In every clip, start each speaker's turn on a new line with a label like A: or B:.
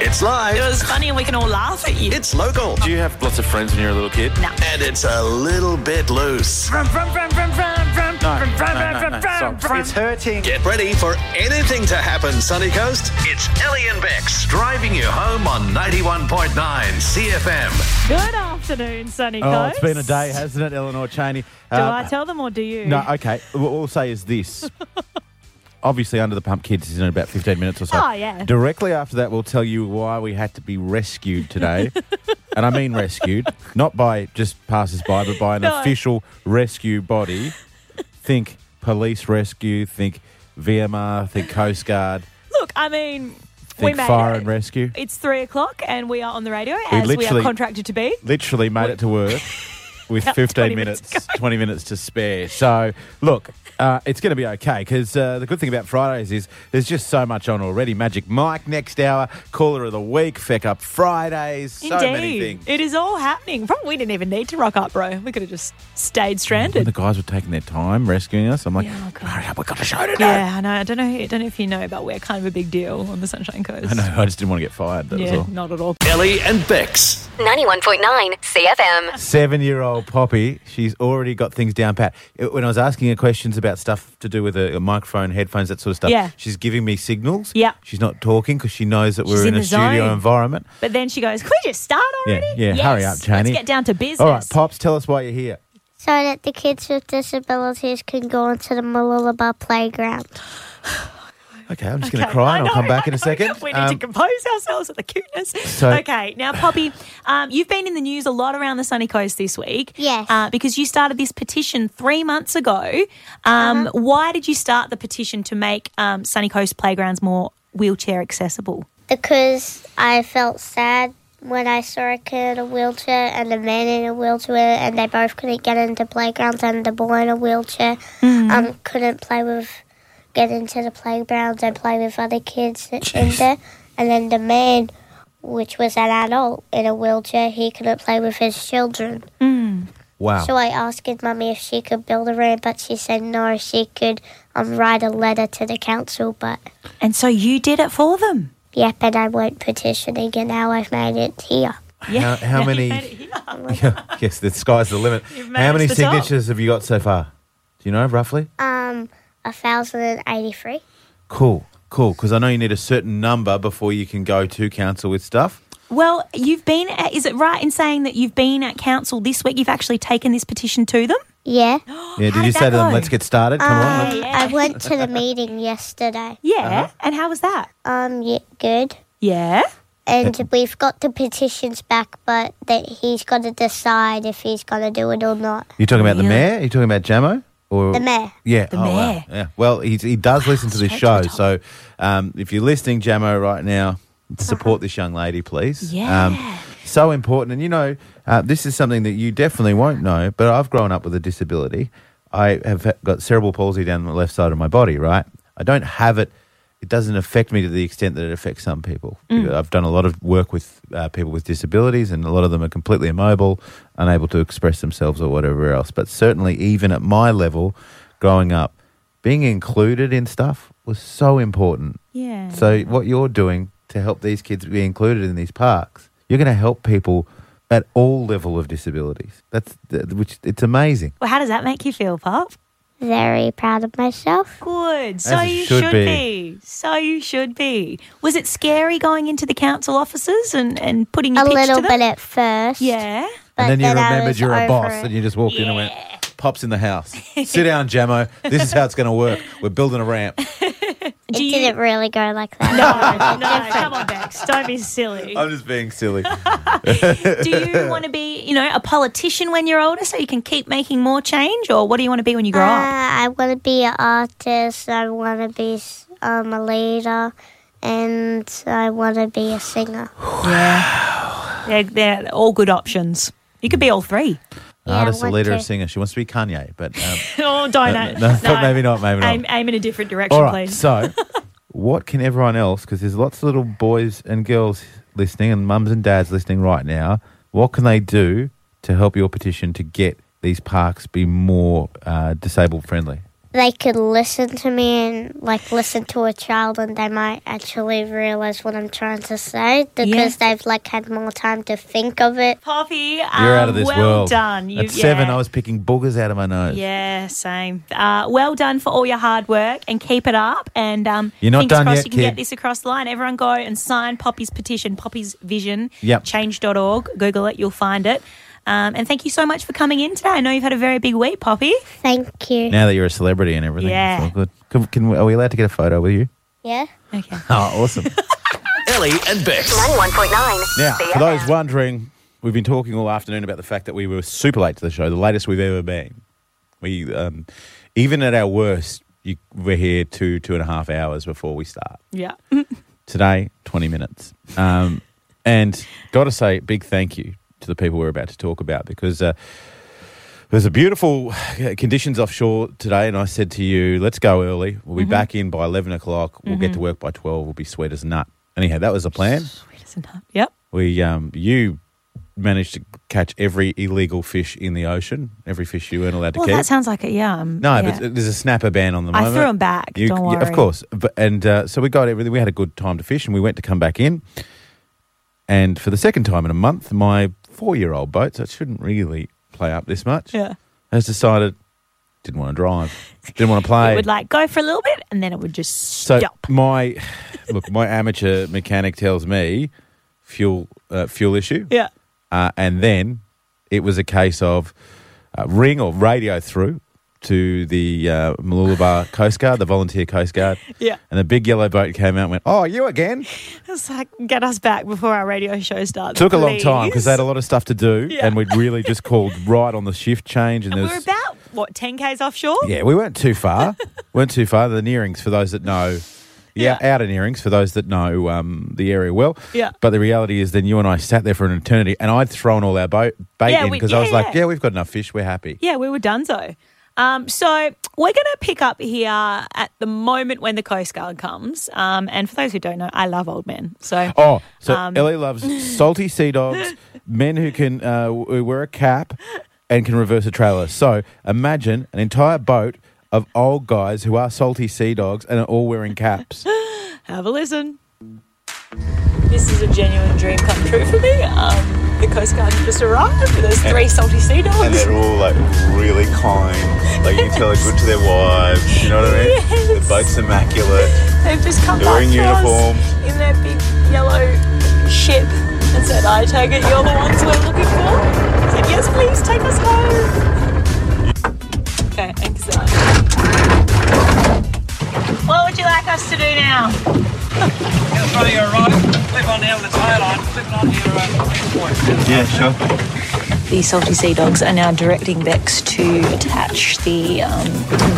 A: It's live.
B: It was funny and we can all laugh at you.
A: It's local.
C: Do you have lots of friends when you're a little kid?
B: No.
A: And it's a little bit loose.
C: No, no, no, no. Stop.
D: It's hurting.
A: Get ready for anything to happen, Sunny Coast. It's Ellie and Bex driving you home on 91.9 CFM.
B: Good afternoon, Sunny
D: Oh,
B: Coast.
D: it's been a day, hasn't it, Eleanor Cheney?
B: Do I tell them or do you?
D: No, okay. What we'll say is this. Obviously, Under the Pump Kids is in about 15 minutes or so.
B: Oh, yeah.
D: Directly after that, we'll tell you why we had to be rescued today. and I mean rescued, not by just passers by, but by an
B: No.
D: official rescue body. Think police rescue, think VMR, think Coast Guard,
B: Look, I mean, we
D: think
B: made
D: fire
B: it.
D: and rescue.
B: It's three o'clock and we are on the radio as we are
D: literally-
B: contracted to be.
D: literally made it to work with
B: About 20
D: 15
B: minutes
D: minutes,
B: ago.
D: 20 minutes to spare. So, look, uh, it's going to be okay because uh, the good thing about Fridays is there's just so much on already. Magic Mike next hour, caller of the week, feck up Fridays, so many
B: Indeed.
D: things.
B: It is all happening. Probably we didn't even need to rock up, bro. We could have just stayed
D: When the
B: stranded.
D: guys were taking their time rescuing us, I'm like,
B: Yeah, oh, God.
D: hurry up, we've got a show to do.
B: Yeah, I know. I don't know. I don't know if you know, but we're kind of a big deal on the Sunshine Coast.
D: I know, I just didn't want to get fired, that was
B: Yeah,
D: all.
B: not at all.
A: Ellie and Bex.
E: 91.9 CFM.
D: Seven year old Poppy, she's already got things down pat. It- When I was asking her questions about stuff to do with a, a microphone, headphones, that sort of stuff,
B: Yeah.
D: she's giving me signals.
B: Yeah.
D: She's not talking because she knows that
B: She's
D: we're in,
B: in
D: a
B: the
D: studio
B: zone.
D: environment.
B: But then she goes, "Can we just start
D: Yeah,
B: already?
D: yeah, hurry
B: Yes,
D: up, Chaney.
B: Let's get down to business."
D: All right, Pops, tell us why you're here.
F: so that the kids with disabilities can go into the Malulaba playground.
D: Okay, I'm just going
B: Okay,
D: to cry
B: I
D: and I'll
B: know,
D: come back
B: I
D: in a
B: know.
D: second.
B: We need to
D: Um,
B: compose ourselves at the cuteness.
D: So-
B: okay, now, Poppy, um, you've been in the news a lot around the sunny coast this week.
F: Yes.
B: Uh, because you started this petition three months ago. Um, Why did you start the petition to make um, sunny coast playgrounds more wheelchair accessible?
F: Because I felt sad when I saw a kid in a wheelchair and a man in a wheelchair, and they both couldn't get into playgrounds, and the boy in a wheelchair um, couldn't play with, get into the playgrounds and play with other kids in there. And then the man, which was an adult in a wheelchair, he couldn't play with his children.
D: wow.
F: So I asked Mummy if she could build a room, but she said no, she could um, write a letter to the council. But
B: And so you did it for them.
F: yep, and I went petitioning, and now I've made it here.
D: How, how many? yes, the sky's the limit. How
B: managed
D: many
B: the top.
D: signatures have you got so far? Do you know roughly?
B: Uh,
F: Um, 1,083.
D: Cool, cool. Because I know you need a certain number before you can go to council with stuff.
B: Well, you've been at, is it right in saying that you've been at council this week? You've actually taken this petition to them?
F: Yeah.
D: Yeah,
B: How
D: did you
B: did
D: say
B: that
D: to them,
B: go? Uh,
D: let's get started? Come on. let's-"
B: yeah.
F: I went to the meeting yesterday.
B: Yeah.
D: Uh-huh.
B: And how was that?
F: Um, yeah, good.
B: Yeah.
F: And we've got the petitions back, but that he's got to decide if he's going to do it or not.
D: You're talking about the
B: Yeah.
D: mayor? You're talking about Jamo? Or
F: The mayor.
D: Yeah.
B: The
D: oh, wow.
B: mayor.
D: Yeah. Well, he, he does listen to this
B: straight
D: show.
B: to
D: so um, if you're listening, Jamo, right now,
B: Uh-huh.
D: support this young lady, please. Um,
B: Yeah.
D: so important. And you know, uh, this is something that you definitely won't know, but I've grown up with a disability. I have ha- got cerebral palsy down the left side of my body, right? I don't have it. It doesn't affect me to the extent that it affects some people. Because I've done a lot of work with uh, people with disabilities, and a lot of them are completely immobile, unable to express themselves or whatever else. But certainly, even at my level, growing up, being included in stuff was so important.
B: Yeah.
D: So what you're doing to help these kids be included in these parks, you're going to help people at all level of disabilities. That's th- which it's amazing.
B: Well, how does that make you feel, Pop?
F: Very proud of myself.
B: Good. So
D: it
B: you should,
D: should
B: be.
D: be.
B: So you should be. Was it scary going into the council offices and, and putting your
F: A
B: pitch
F: little
B: to them?
F: bit at first.
B: Yeah.
F: But
D: and then you
F: I
D: remembered
F: was
D: you're a
F: over
D: boss,
F: it.
D: and you just walked in and went, "Pops in the house. Sit down, Jamo. This is how it's going to work. We're building a ramp."
F: It
B: Do you-
F: didn't really go like that. Uh,
B: No, no, come on, Bex. Don't be silly.
D: I'm just being silly.
B: Do you want to be, you know, a politician when you're older so you can keep making more change? Or what do you want to be when you grow up?
F: Uh, I want to be an artist. I want to be um, a leader, and I want to be a singer. Uh,
B: They're, they're all good options. You could be all three.
F: Yeah, I
D: Artist, a
F: want
D: leader,
F: to.
D: a singer. She wants to be Kanye, but um,
B: oh, don't. No,
D: no, maybe not. Maybe not.
B: Aim, aim in a different direction,
D: All right.
B: please.
D: So, what can everyone else? Because there's lots of little boys and girls listening, and mums and dads listening right now. What can they do to help your petition to get these parks be more uh, disabled friendly?
F: they could listen to me and like listen to a child and they might actually realize what I'm trying to say because they've like had more time to think of it.
B: Poppy,
D: You're
B: um,
D: out of this
B: well
D: world.
B: done. You-
D: At seven,
B: yeah.
D: I was picking boogers out of my nose.
B: Yeah, same. Uh, well done for all your hard work and keep it up. And um,
D: You're not
B: fingers
D: done
B: crossed
D: yet,
B: you can get
D: kid.
B: this across the line. Everyone go and sign Poppy's petition, Poppy's Vision,
D: Yep.
B: change.org. Google it, you'll find it. Um, and thank you so much for coming in today. I know you've had a very big week, Poppy.
F: Thank you.
D: Now that you're a celebrity and everything,
B: Yeah.
D: it's all good. Can, can we, are we allowed to get a photo with you?
F: Yeah.
B: Okay.
D: Oh, awesome.
A: Ellie and Bex.
E: 91.9.
D: now, for
E: CFM.
D: those wondering, we've been talking all afternoon about the fact that we were super late to the show, the latest we've ever been. We, um, even at our worst, you, we're here two, two and a half hours before we start.
B: Yeah.
D: today 20 minutes um, and gotta say big thank you to the people we're about to talk about because uh, there's a beautiful uh, conditions offshore today and i said to you let's go early we'll be back in by 11 o'clock we'll get to work by 12 we'll be sweet as a nut anyhow that was the plan
B: Yep.
D: we um, you managed to catch every illegal fish in the ocean every fish you weren't allowed to
B: Well,
D: catch
B: that sounds like it. Yeah. um,
D: no,
B: yeah.
D: but there's a snapper ban on the
B: I
D: moment.
B: threw 'em back, don't
D: yeah,
B: worry.
D: Of course. But, and uh, so we got everything. We had a good time to fish and we went to come back in. And for the second time in a month, my four year old boat, so it shouldn't really play up this much,
B: Yeah.
D: has decided didn't want to drive, didn't want to
B: It
D: play.
B: would like go for a little bit and then it would just
D: so
B: stop.
D: my look, my amateur mechanic tells me fuel uh, fuel issue.
B: Yeah.
D: Uh, and then it was a case of uh, ring or radio through to the uh, Mooloolaba Coast Guard, the volunteer Coast Guard.
B: Yeah.
D: And the big yellow boat came out and went, Oh, you again?
B: It's like, get us back before our radio show starts.
D: Took a long time because
B: please.
D: they had a lot of stuff to do.
B: Yeah.
D: And we'd really just called right on the shift change. And,
B: And
D: there
B: we're
D: was,
B: about, what, 10Ks offshore?
D: Yeah, we weren't too far. weren't too far. The nearings, for those that know. Yeah, outer nearings for those that know um, the area well.
B: Yeah.
D: But the reality is, then you and I sat there for an eternity, and I'd thrown all our boat bait
B: Yeah,
D: in
B: we-
D: because I
B: yeah,
D: was like,
B: yeah.
D: "Yeah, we've got enough fish. We're happy."
B: Yeah, we were donezo. Um, so we're going to pick up here at the moment when the Coast Guard comes. Um, and for those who don't know, I love old men. So
D: Oh, so
B: Um,
D: Ellie loves salty sea dogs, men who can uh, who wear a cap and can reverse a trailer. So imagine an entire boat of old guys who are salty sea dogs and are all wearing caps.
B: have a listen. This is a genuine dream come true for me. Um, the Coast Guard just arrived. There's three salty sea
G: and
B: dogs.
G: they're all like really kind. Like you can tell they're good to their wives. You know what I mean?
B: Yes.
G: The boat's immaculate.
B: They've just come
G: They're
B: back
G: wearing
B: to us
G: uniform.
B: in their big yellow ship and said, I take it you're the ones we're looking for? I said, yes, please take us home. Okay, excellent. What would you like us to do now?
C: Out front of your right, flip on down the tail line, flip it onto your uh, point.
G: Yeah, sure.
B: The salty sea dogs are now directing Bex to attach the um,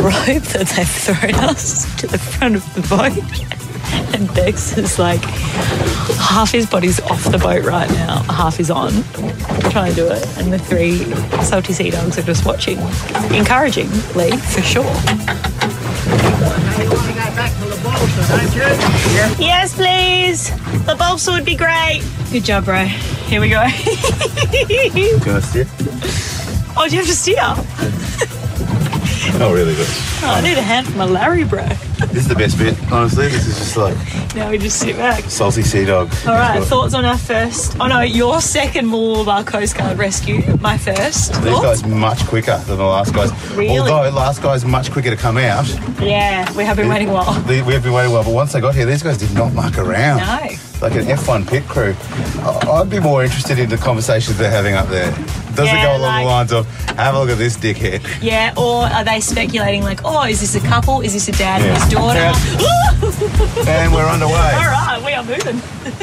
B: rope that they've thrown us to the front of the boat. And Bex is like, half his body's off the boat right now, half is on, trying to do it. And the three salty sea dogs are just watching, encouraging Lee for sure. Yes, please. The balsa would be great. Good job, bro. Here we go.
G: Can I steer?
B: Oh, do you have to steer? Oh,
G: Not really, but
B: I need a hand from a Larry, bro.
G: this is the best bit. Honestly, this is just like
B: Now we just sit back.
G: salty sea dog.
B: All right, thoughts on our first? Oh no, your second Mooloolaba Coast Guard rescue. My first.
G: These
B: Thoughts?
G: guys much quicker than the last guys.
B: Really?
G: Although last guys much quicker to come out.
B: Yeah, we have been waiting a while.
G: The- We have been waiting a while, but once they got here, these guys did not muck around.
B: No.
G: Like an F1 pit crew. I- I'd be more interested in the conversations they're having up there. Does
B: Yeah,
G: it go along
B: like-
G: the lines of, have a look at this dickhead?
B: Yeah, or are they speculating like, oh, is this a couple? Is this a dad and
G: Yeah.
B: his daughter?
G: and we're underway.
B: All right, we are moving.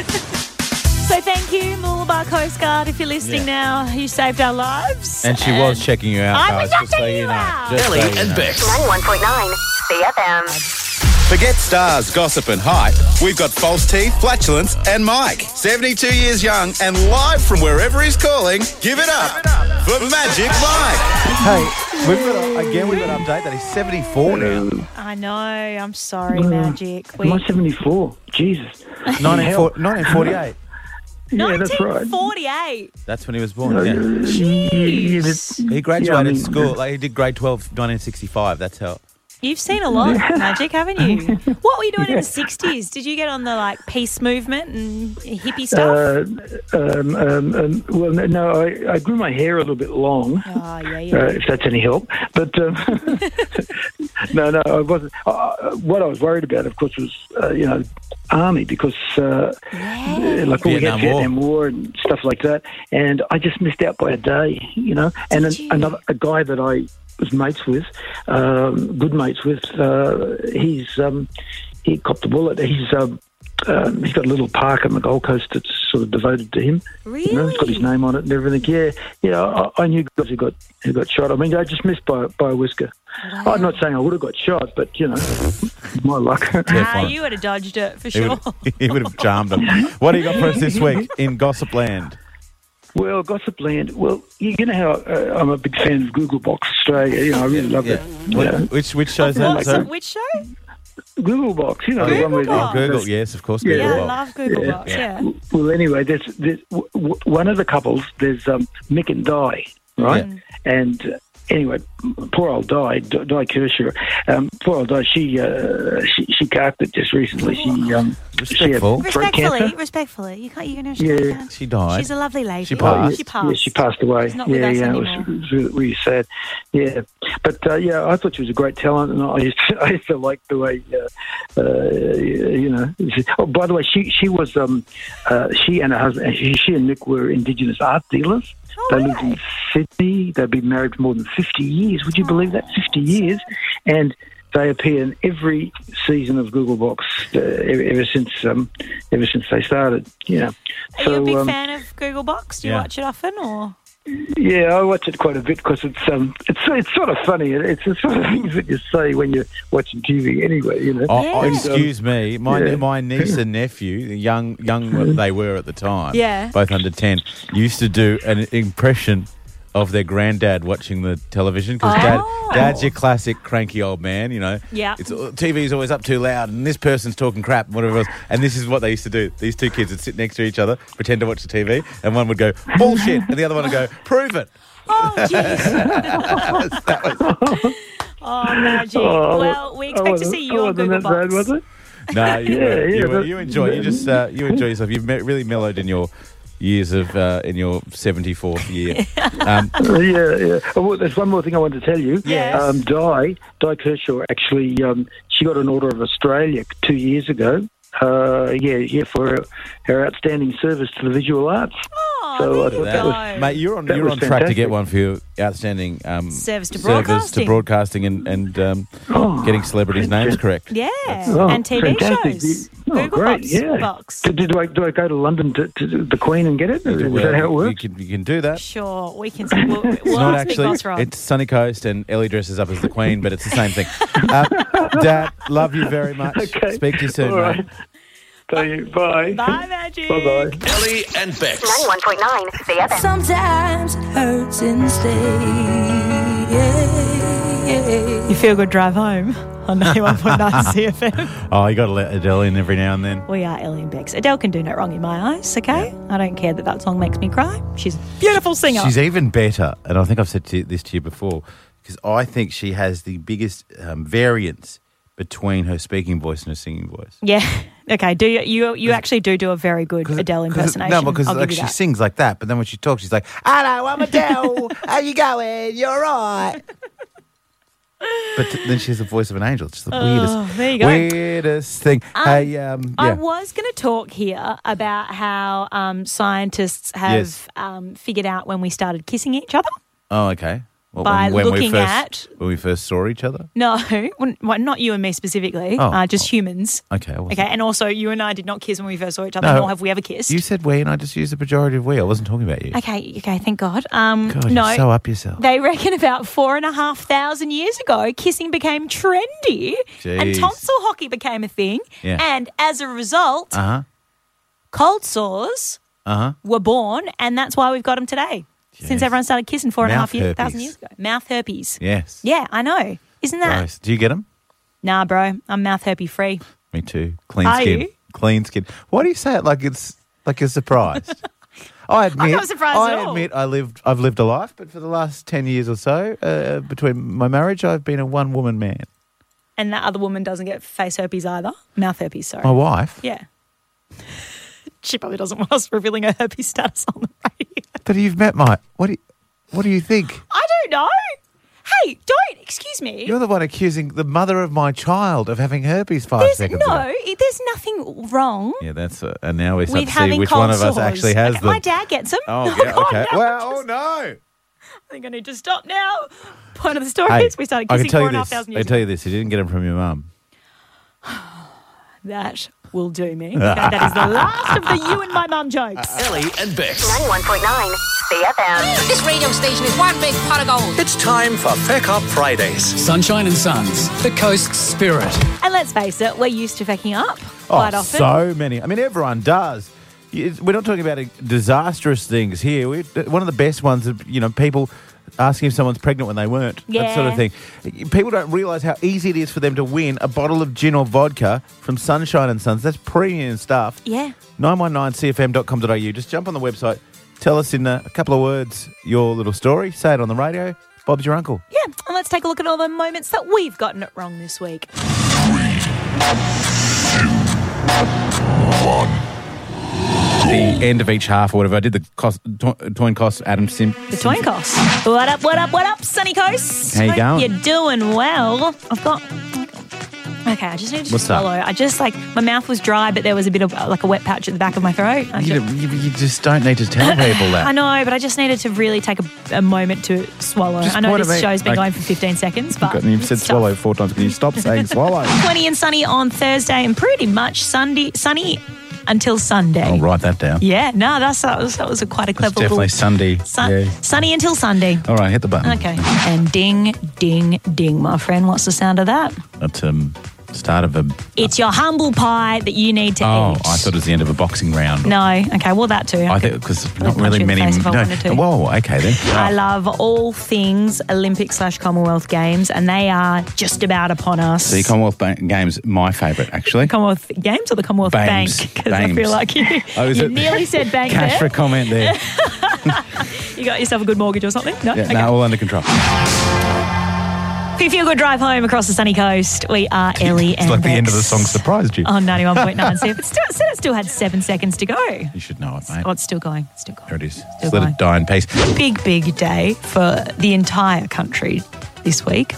B: so thank you, Mooloolaba Coast Guard. If you're listening now, you saved our lives.
D: And she was checking you out,
B: I
D: guys.
B: was not
D: just so
B: checking
D: you
B: you
D: know.
B: out.
D: Just so
A: Ellie
D: you
A: and
D: know.
A: Bex.
E: 91.9 CFM.
G: Forget stars, gossip, and hype. We've got false teeth, flatulence, and Mike. 72 years young and live from wherever he's calling. Give it up, for Magic Mike.
D: Hey, we've got a, again. We've got an update that he's seventy-four now.
B: I know. I'm sorry, Magic. We,
H: Am I 74? Jesus.
D: 1948.
H: Yeah, that's right.
B: 1948.
D: That's when he was born. Yeah.
H: Yeah, that's-
D: He graduated
H: Yeah, I mean-
D: school. Like he did grade 12, 1965. That's how.
B: You've seen a lot of magic, haven't you? What were you doing in the 60s? Did you get on the like peace movement and hippie stuff?
H: Uh, um, um, um, well, no, no I, I grew my hair a little bit long.
B: oh, yeah,
H: Uh,
B: yeah.
H: if that's any help, but um, no, no, I wasn't. Uh, what I was worried about, of course, was uh, you know, army because uh,
B: Yeah.
H: like we
D: Vietnam
H: had
D: War.
H: Vietnam War and stuff like that, and I just missed out by a day, you know. And
B: Did
H: an,
B: you?
H: another a guy that I was mates with, um, good mates with, uh, he's um, he copped a bullet. He's um, um, he's got a little park on the Gold Coast that's sort of devoted to him. You know, it's got his
B: Really?
H: name on it and everything. Yeah, yeah. I, I knew guys who got who got shot. I mean, I just missed by by a whisker. I'm not saying I would have got shot, but you know, my luck.
B: Ah,
D: fine.
B: you would have dodged it for
D: He
B: sure.
D: would, he would have charmed them. What do you got for us this week in Gossip Land?
H: Well, Gossip Land. Well, you, you know how uh, I'm a big fan of Google Box Australia. You know, I really love it.
D: What- Which which shows that?
B: What's
D: sorry?
B: it, which show?
H: Google Box. You know, the
D: Google
H: one where
D: Oh,
B: Box.
D: Google, yes, of course.
H: Yeah.
B: Yeah,
D: Google.
B: I love Google
H: Yeah.
B: Box. Yeah.
H: Um, Well, anyway, there's, there's w- w- one of the couples. There's um, Mick and Di, right? And uh, anyway, poor old Di, D- Di Kershaw. Um, poor old Di. She uh, she, she carped it just recently. She um, she had
D: Respectful.
H: throat
B: Respectfully,
H: cancer.
B: respectfully. You can't, you know,
H: Yeah.
B: she can't.
D: She died.
B: She's a lovely lady.
D: She passed.
B: Oh, She passed.
H: Yeah, she passed away.
B: She's not
H: yeah,
B: with us
H: yeah, it was,
B: anymore.
H: it was really, really sad. Yeah, but uh, yeah, I thought she was a great talent, and I used to, I used to like the way, uh, uh, you know. she- oh, by the way, she she was um, uh, she and her husband, she, she and Nick were Indigenous art dealers.
B: Oh,
H: they
B: were
H: lived in Sydney. They've been married for more than fifty years. Would you believe that?
B: Oh,
H: Fifty years, and. They appear in every season of Google Box uh, ever, ever since um, ever since they started. Yeah.
B: Are you a
H: um,
B: big fan of Google Box? Do you
D: yeah.
B: watch it often or?
H: Yeah, I watch it quite a bit because it's um, it's it's sort of funny. It- It's the sort of things that you say when you're watching TV, anyway. You know.
D: Oh, oh,
B: Yeah.
D: excuse me, my
H: Yeah.
D: my niece and nephew, the young young they were at the time,
B: Yeah.
D: both under ten, used to do an impression of their granddad watching the television because
B: Oh.
D: dad dad's your classic cranky old man, you know.
B: Yeah.
D: it's TV's always up too loud, and this person's talking crap, and whatever else. And this is what they used to do. These two kids would sit next to each other, pretend to watch the TV, and one would go bullshit, and the other one would go prove it.
B: Oh, jeez. oh, magic.
H: Oh,
B: well, we
H: I
B: expect to
H: wasn't-
B: see
H: I
B: you on
H: wasn't
B: Google
H: that bad,
B: Box.
H: was it?
D: No, you,
H: Yeah,
D: were,
H: yeah,
D: you, were-
H: but-
D: you enjoy. You just uh, you enjoy yourself. You've me- really mellowed in your years of uh, in your seventy fourth year. Um,
H: Uh, yeah, yeah. Oh, well, there's one more thing I wanted to tell you.
B: Yes.
H: Um, Di, Di Kershaw actually, um, she got an Order of Australia two years ago. Uh, yeah, yeah, for her, her outstanding service to the visual arts.
B: Oh,
H: So,
B: there you
H: I thought
B: go.
H: that was-
D: mate, you're on
H: That
D: you're
H: was
D: on track to
H: fantastic.
D: get one for your outstanding um,
B: Service to
D: to
B: broadcasting.
D: broadcasting and and um,
H: Oh,
D: getting celebrities' names correct.
B: yeah,
H: oh,
B: and TV
H: fantastic.
B: shows.
H: Oh,
B: Google
H: great,
B: Box.
H: yeah.
B: Box.
H: Do, do, do I do I go to London to, to the Queen and get it? Is
D: Well,
H: that how it works?
D: You can, you can do that.
B: Sure, we can. See. We'll, we'll
D: It's not
B: ask Big Boss Rob.
D: actually. It's Sunny Coast, and Ellie dresses up as the Queen, but it's the same thing. Uh, Dad, love you very much.
H: Okay.
D: Speak to you soon,
H: All right.
D: mate.
H: Tell you. Bye.
B: Bye, magic.
H: Bye.
A: Ellie and Bex.
E: 91.9 CFM.
I: Sometimes it hurts instead.
B: You feel good drive home on 91.9 CFM.
D: Oh, you got to let Adele in every now and then.
B: We are Ellie and Bex. Adele can do no wrong in my eyes, okay? I don't care that that song makes me cry. She's a beautiful singer.
D: She's even better, and I think I've said to you- this to you before, because I think she has the biggest um, variance between her speaking voice and her singing voice.
B: yeah. Okay. Do you, you you actually do do a very good Adele
D: 'Cause it-
B: impersonation?
D: No, because
B: I'll
D: like,
B: give you
D: she
B: that.
D: sings like that, but then when she talks, she's like, "Hello, I'm Adele. How you going? You're right." But th- then she has the voice of an angel. It's just the weirdest,
B: Oh, there you go.
D: weirdest thing.
B: Um,
D: hey, um,
B: I
D: yeah.
B: was going to talk here about how um, scientists have
D: Yes.
B: um, figured out when we started kissing each other.
D: oh, okay. Well,
B: by
D: we
B: looking at-
D: first, when we first saw each other.
B: No, well, not you and me specifically,
D: Oh.
B: uh, just humans.
D: Okay. I wasn't-
B: Okay, and also you and I did not kiss when we first saw each other,
D: No.
B: nor have we ever kissed.
D: You said we, and I just used the pejorative we. I wasn't talking about you.
B: Okay, okay, thank God. Um,
D: God,
B: no,
D: you're so up yourself.
B: They reckon about four and a half thousand years ago, kissing became trendy and
D: Jeez.
B: tonsil hockey became a thing.
D: Yeah.
B: And as a result,
D: Uh huh.
B: cold sores
D: Uh-huh.
B: were born, and that's why we've got them today. Since
D: Jeez.
B: everyone started kissing four and a half
D: Mouth
B: year, thousand
D: herpes.
B: years ago. Mouth herpes.
D: Yes.
B: Yeah, I know. Isn't that?
D: Gross. Do you get them?
B: Nah, bro, I'm mouth herpes free.
D: Me too. Clean
B: Are
D: skin.
B: you?
D: Clean skin. Why do you say it like it's like you're surprised? I admit,
B: not surprised
D: I
B: at all.
D: admit, I lived, I've lived a life, but for the last ten years or so, uh, between my marriage, I've been a one-woman man.
B: and that other woman doesn't get face herpes either. Mouth herpes, sorry.
D: My wife.
B: Yeah. She probably doesn't want us revealing her herpes status on the radio.
D: But you've met my. What do you, What do you think?
B: I don't know. Hey, don't excuse me.
D: You're the one accusing the mother of my child of having herpes five
B: there's
D: seconds ago.
B: no, it- there's nothing wrong
D: Yeah, that's it. And now we start
B: with
D: to see
B: having
D: which
B: cold
D: one of us
B: sores.
D: actually has them.
B: My dad gets them.
D: Oh, yeah,
B: God,
D: okay.
B: no,
D: well,
B: just-
D: no.
B: I think I need to stop now. Point of the story
D: Hey,
B: is we started
D: I
B: kissing
D: can tell
B: four and
D: you
B: a half
D: this. I
B: thousand
D: can
B: years
D: tell you this. You didn't get them from your mum.
B: ago. That will do me. that that is the last of the you and my mum jokes.
A: Ellie and Bex.
E: 91.9 CFM.
J: This radio station is one big pot of gold.
A: It's time for Feck Up Fridays.
K: Sunshine and Suns, the coast's spirit.
B: And let's face it, we're used to fucking up
D: Oh,
B: quite often.
D: so many. I mean, everyone does. You- We're not talking about uh, disastrous things here. We, one of the best ones, is, you know, people asking if someone's pregnant when they weren't. That sort of
B: Yeah.
D: thing. People don't realise how easy it is for them to win a bottle of gin or vodka from Sunshine and Sons. That's premium stuff.
B: Yeah.
D: 919cfm.com.au. Just jump on the website. Tell us in uh, a couple of words your little story. Say it on the radio. Bob's your uncle.
B: Yeah, and let's take a look at all the moments that we've gotten it wrong this week.
D: The end of each half or whatever. I did the cost, to- toin cost, Adam Sim.
B: The Twinkos. What up, what up, what up, Sunny Coast?
D: How you
B: Hope
D: going?
B: You're doing well. I've got. Okay, I just need to
D: What's
B: just swallow.
D: that?
B: I just like my mouth was dry, but there was a bit of uh, like a wet patch at the back of my throat. I,
D: You,
B: just,
D: you, you just don't need to tell people that.
B: I know, but I just needed to really take a, a moment to swallow.
D: Just
B: I know
D: point
B: this
D: at me.
B: show's been going
D: Like-
B: for 15 seconds, but
D: God, you've said
B: it's
D: swallow
B: tough.
D: four times. Can you stop saying swallow?
B: 20 and sunny on Thursday, and pretty much Sunday, sunny until Sunday.
D: I'll write that down.
B: Yeah, no, that's that was, that was a quite a
D: It's
B: clever
D: definitely
B: little
D: Sunday.
B: sun,
D: Yeah.
B: sunny until Sunday.
D: All right, hit the button.
B: Okay. And ding, ding, ding, my friend. What's the sound of that?
D: That's um, start of a.
B: It's your humble pie that you need to
D: Oh,
B: eat.
D: I thought it was the end of a boxing round.
B: No. Okay. Well, that too.
D: I think because not
B: punch you
D: really
B: in the
D: many.
B: face if I wanted to.
D: Whoa, okay then. Ah,
B: I love all things Olympic slash Commonwealth Games, and they are just about upon us.
G: The Commonwealth Bank Game's my favourite, actually.
B: Commonwealth Games or the Commonwealth
G: Bames.
B: Bank? Because I
G: Bames.
B: feel like you,
D: Oh, is
B: you
D: it-
B: nearly said bank
D: Cash for
B: there.
D: a comment there.
B: You got yourself a good mortgage or something? No?
D: Yeah,
B: okay.
D: now all under control.
B: If you feel good drive home across the sunny coast, we are E Ellie and
D: It's like the end of the
B: Bex
D: song surprised you.
B: On 91.9. so it still, said it still had seven seconds to go.
D: You should know it, mate.
B: Oh, it's still going. It's still going.
D: There it is.
B: Still
D: Just let
B: going.
D: it die in peace.
B: Big, big day for the entire country this week.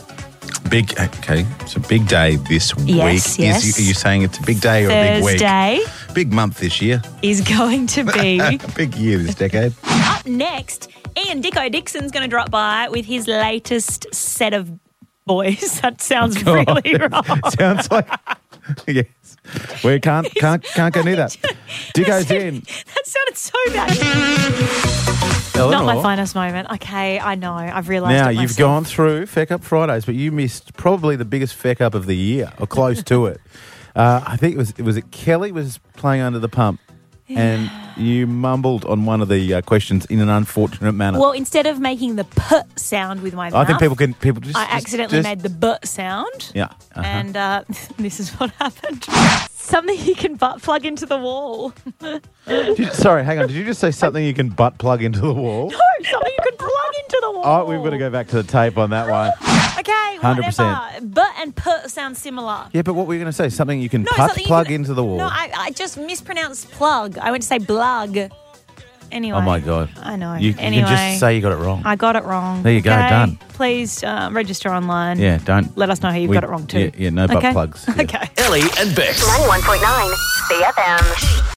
D: Big. Okay, it's a big day this
B: Yes,
D: week.
B: yes.
D: Is, are you saying it's a big day or a
B: Thursday
D: big week? Big month this year.
B: is going to be
D: big year this decade.
B: up next. Ian Dicko Dixon's going to drop by with his latest set of boys. That sounds
D: Oh,
B: really wrong.
D: Sounds like yes. We can't can't can't go near that. Dicko's in.
B: That sounded so bad. Not my finest moment. Okay, I know. I've realised.
D: Now
B: it
D: you've
B: myself.
D: gone through feck up Fridays, but you missed probably the biggest feck up of the year, or close to it. Uh, I think it was it was it Kelly was playing under the pump, and you mumbled on one of the uh, questions in an unfortunate manner.
B: Well, instead of making the p sound with my mouth,
D: I think people can people just
B: I
D: just-
B: accidentally
D: just-
B: made the b sound.
D: yeah. uh-huh.
B: And uh, this is what happened. Something you can butt plug into the wall.
D: Did you- sorry, hang on. Did you just say something you can butt plug into the wall?
B: Oh, Something you can plug into the wall.
D: Oh, we've got to go back to the tape on that one.
B: Okay,
D: 100%.
B: whatever. But and put sound similar.
D: Yeah, but what were you going to say? Something you can
B: No,
D: putt
B: something you
D: plug
B: can-
D: into the wall.
B: No, I, I just mispronounced plug. I went to say blug. Anyway.
D: oh my god!
B: I know.
D: You, you
B: anyway,
D: can just say you got it wrong.
B: I got it wrong.
D: There you go,
B: okay?
D: done.
B: Please uh, register online.
D: yeah, don't.
B: Let us know how you've
D: we-
B: got it wrong too.
D: Yeah, yeah no butt
B: Okay?
D: plugs. Yeah.
B: Okay.
A: Ellie and Bex.
E: 91.9 CFM.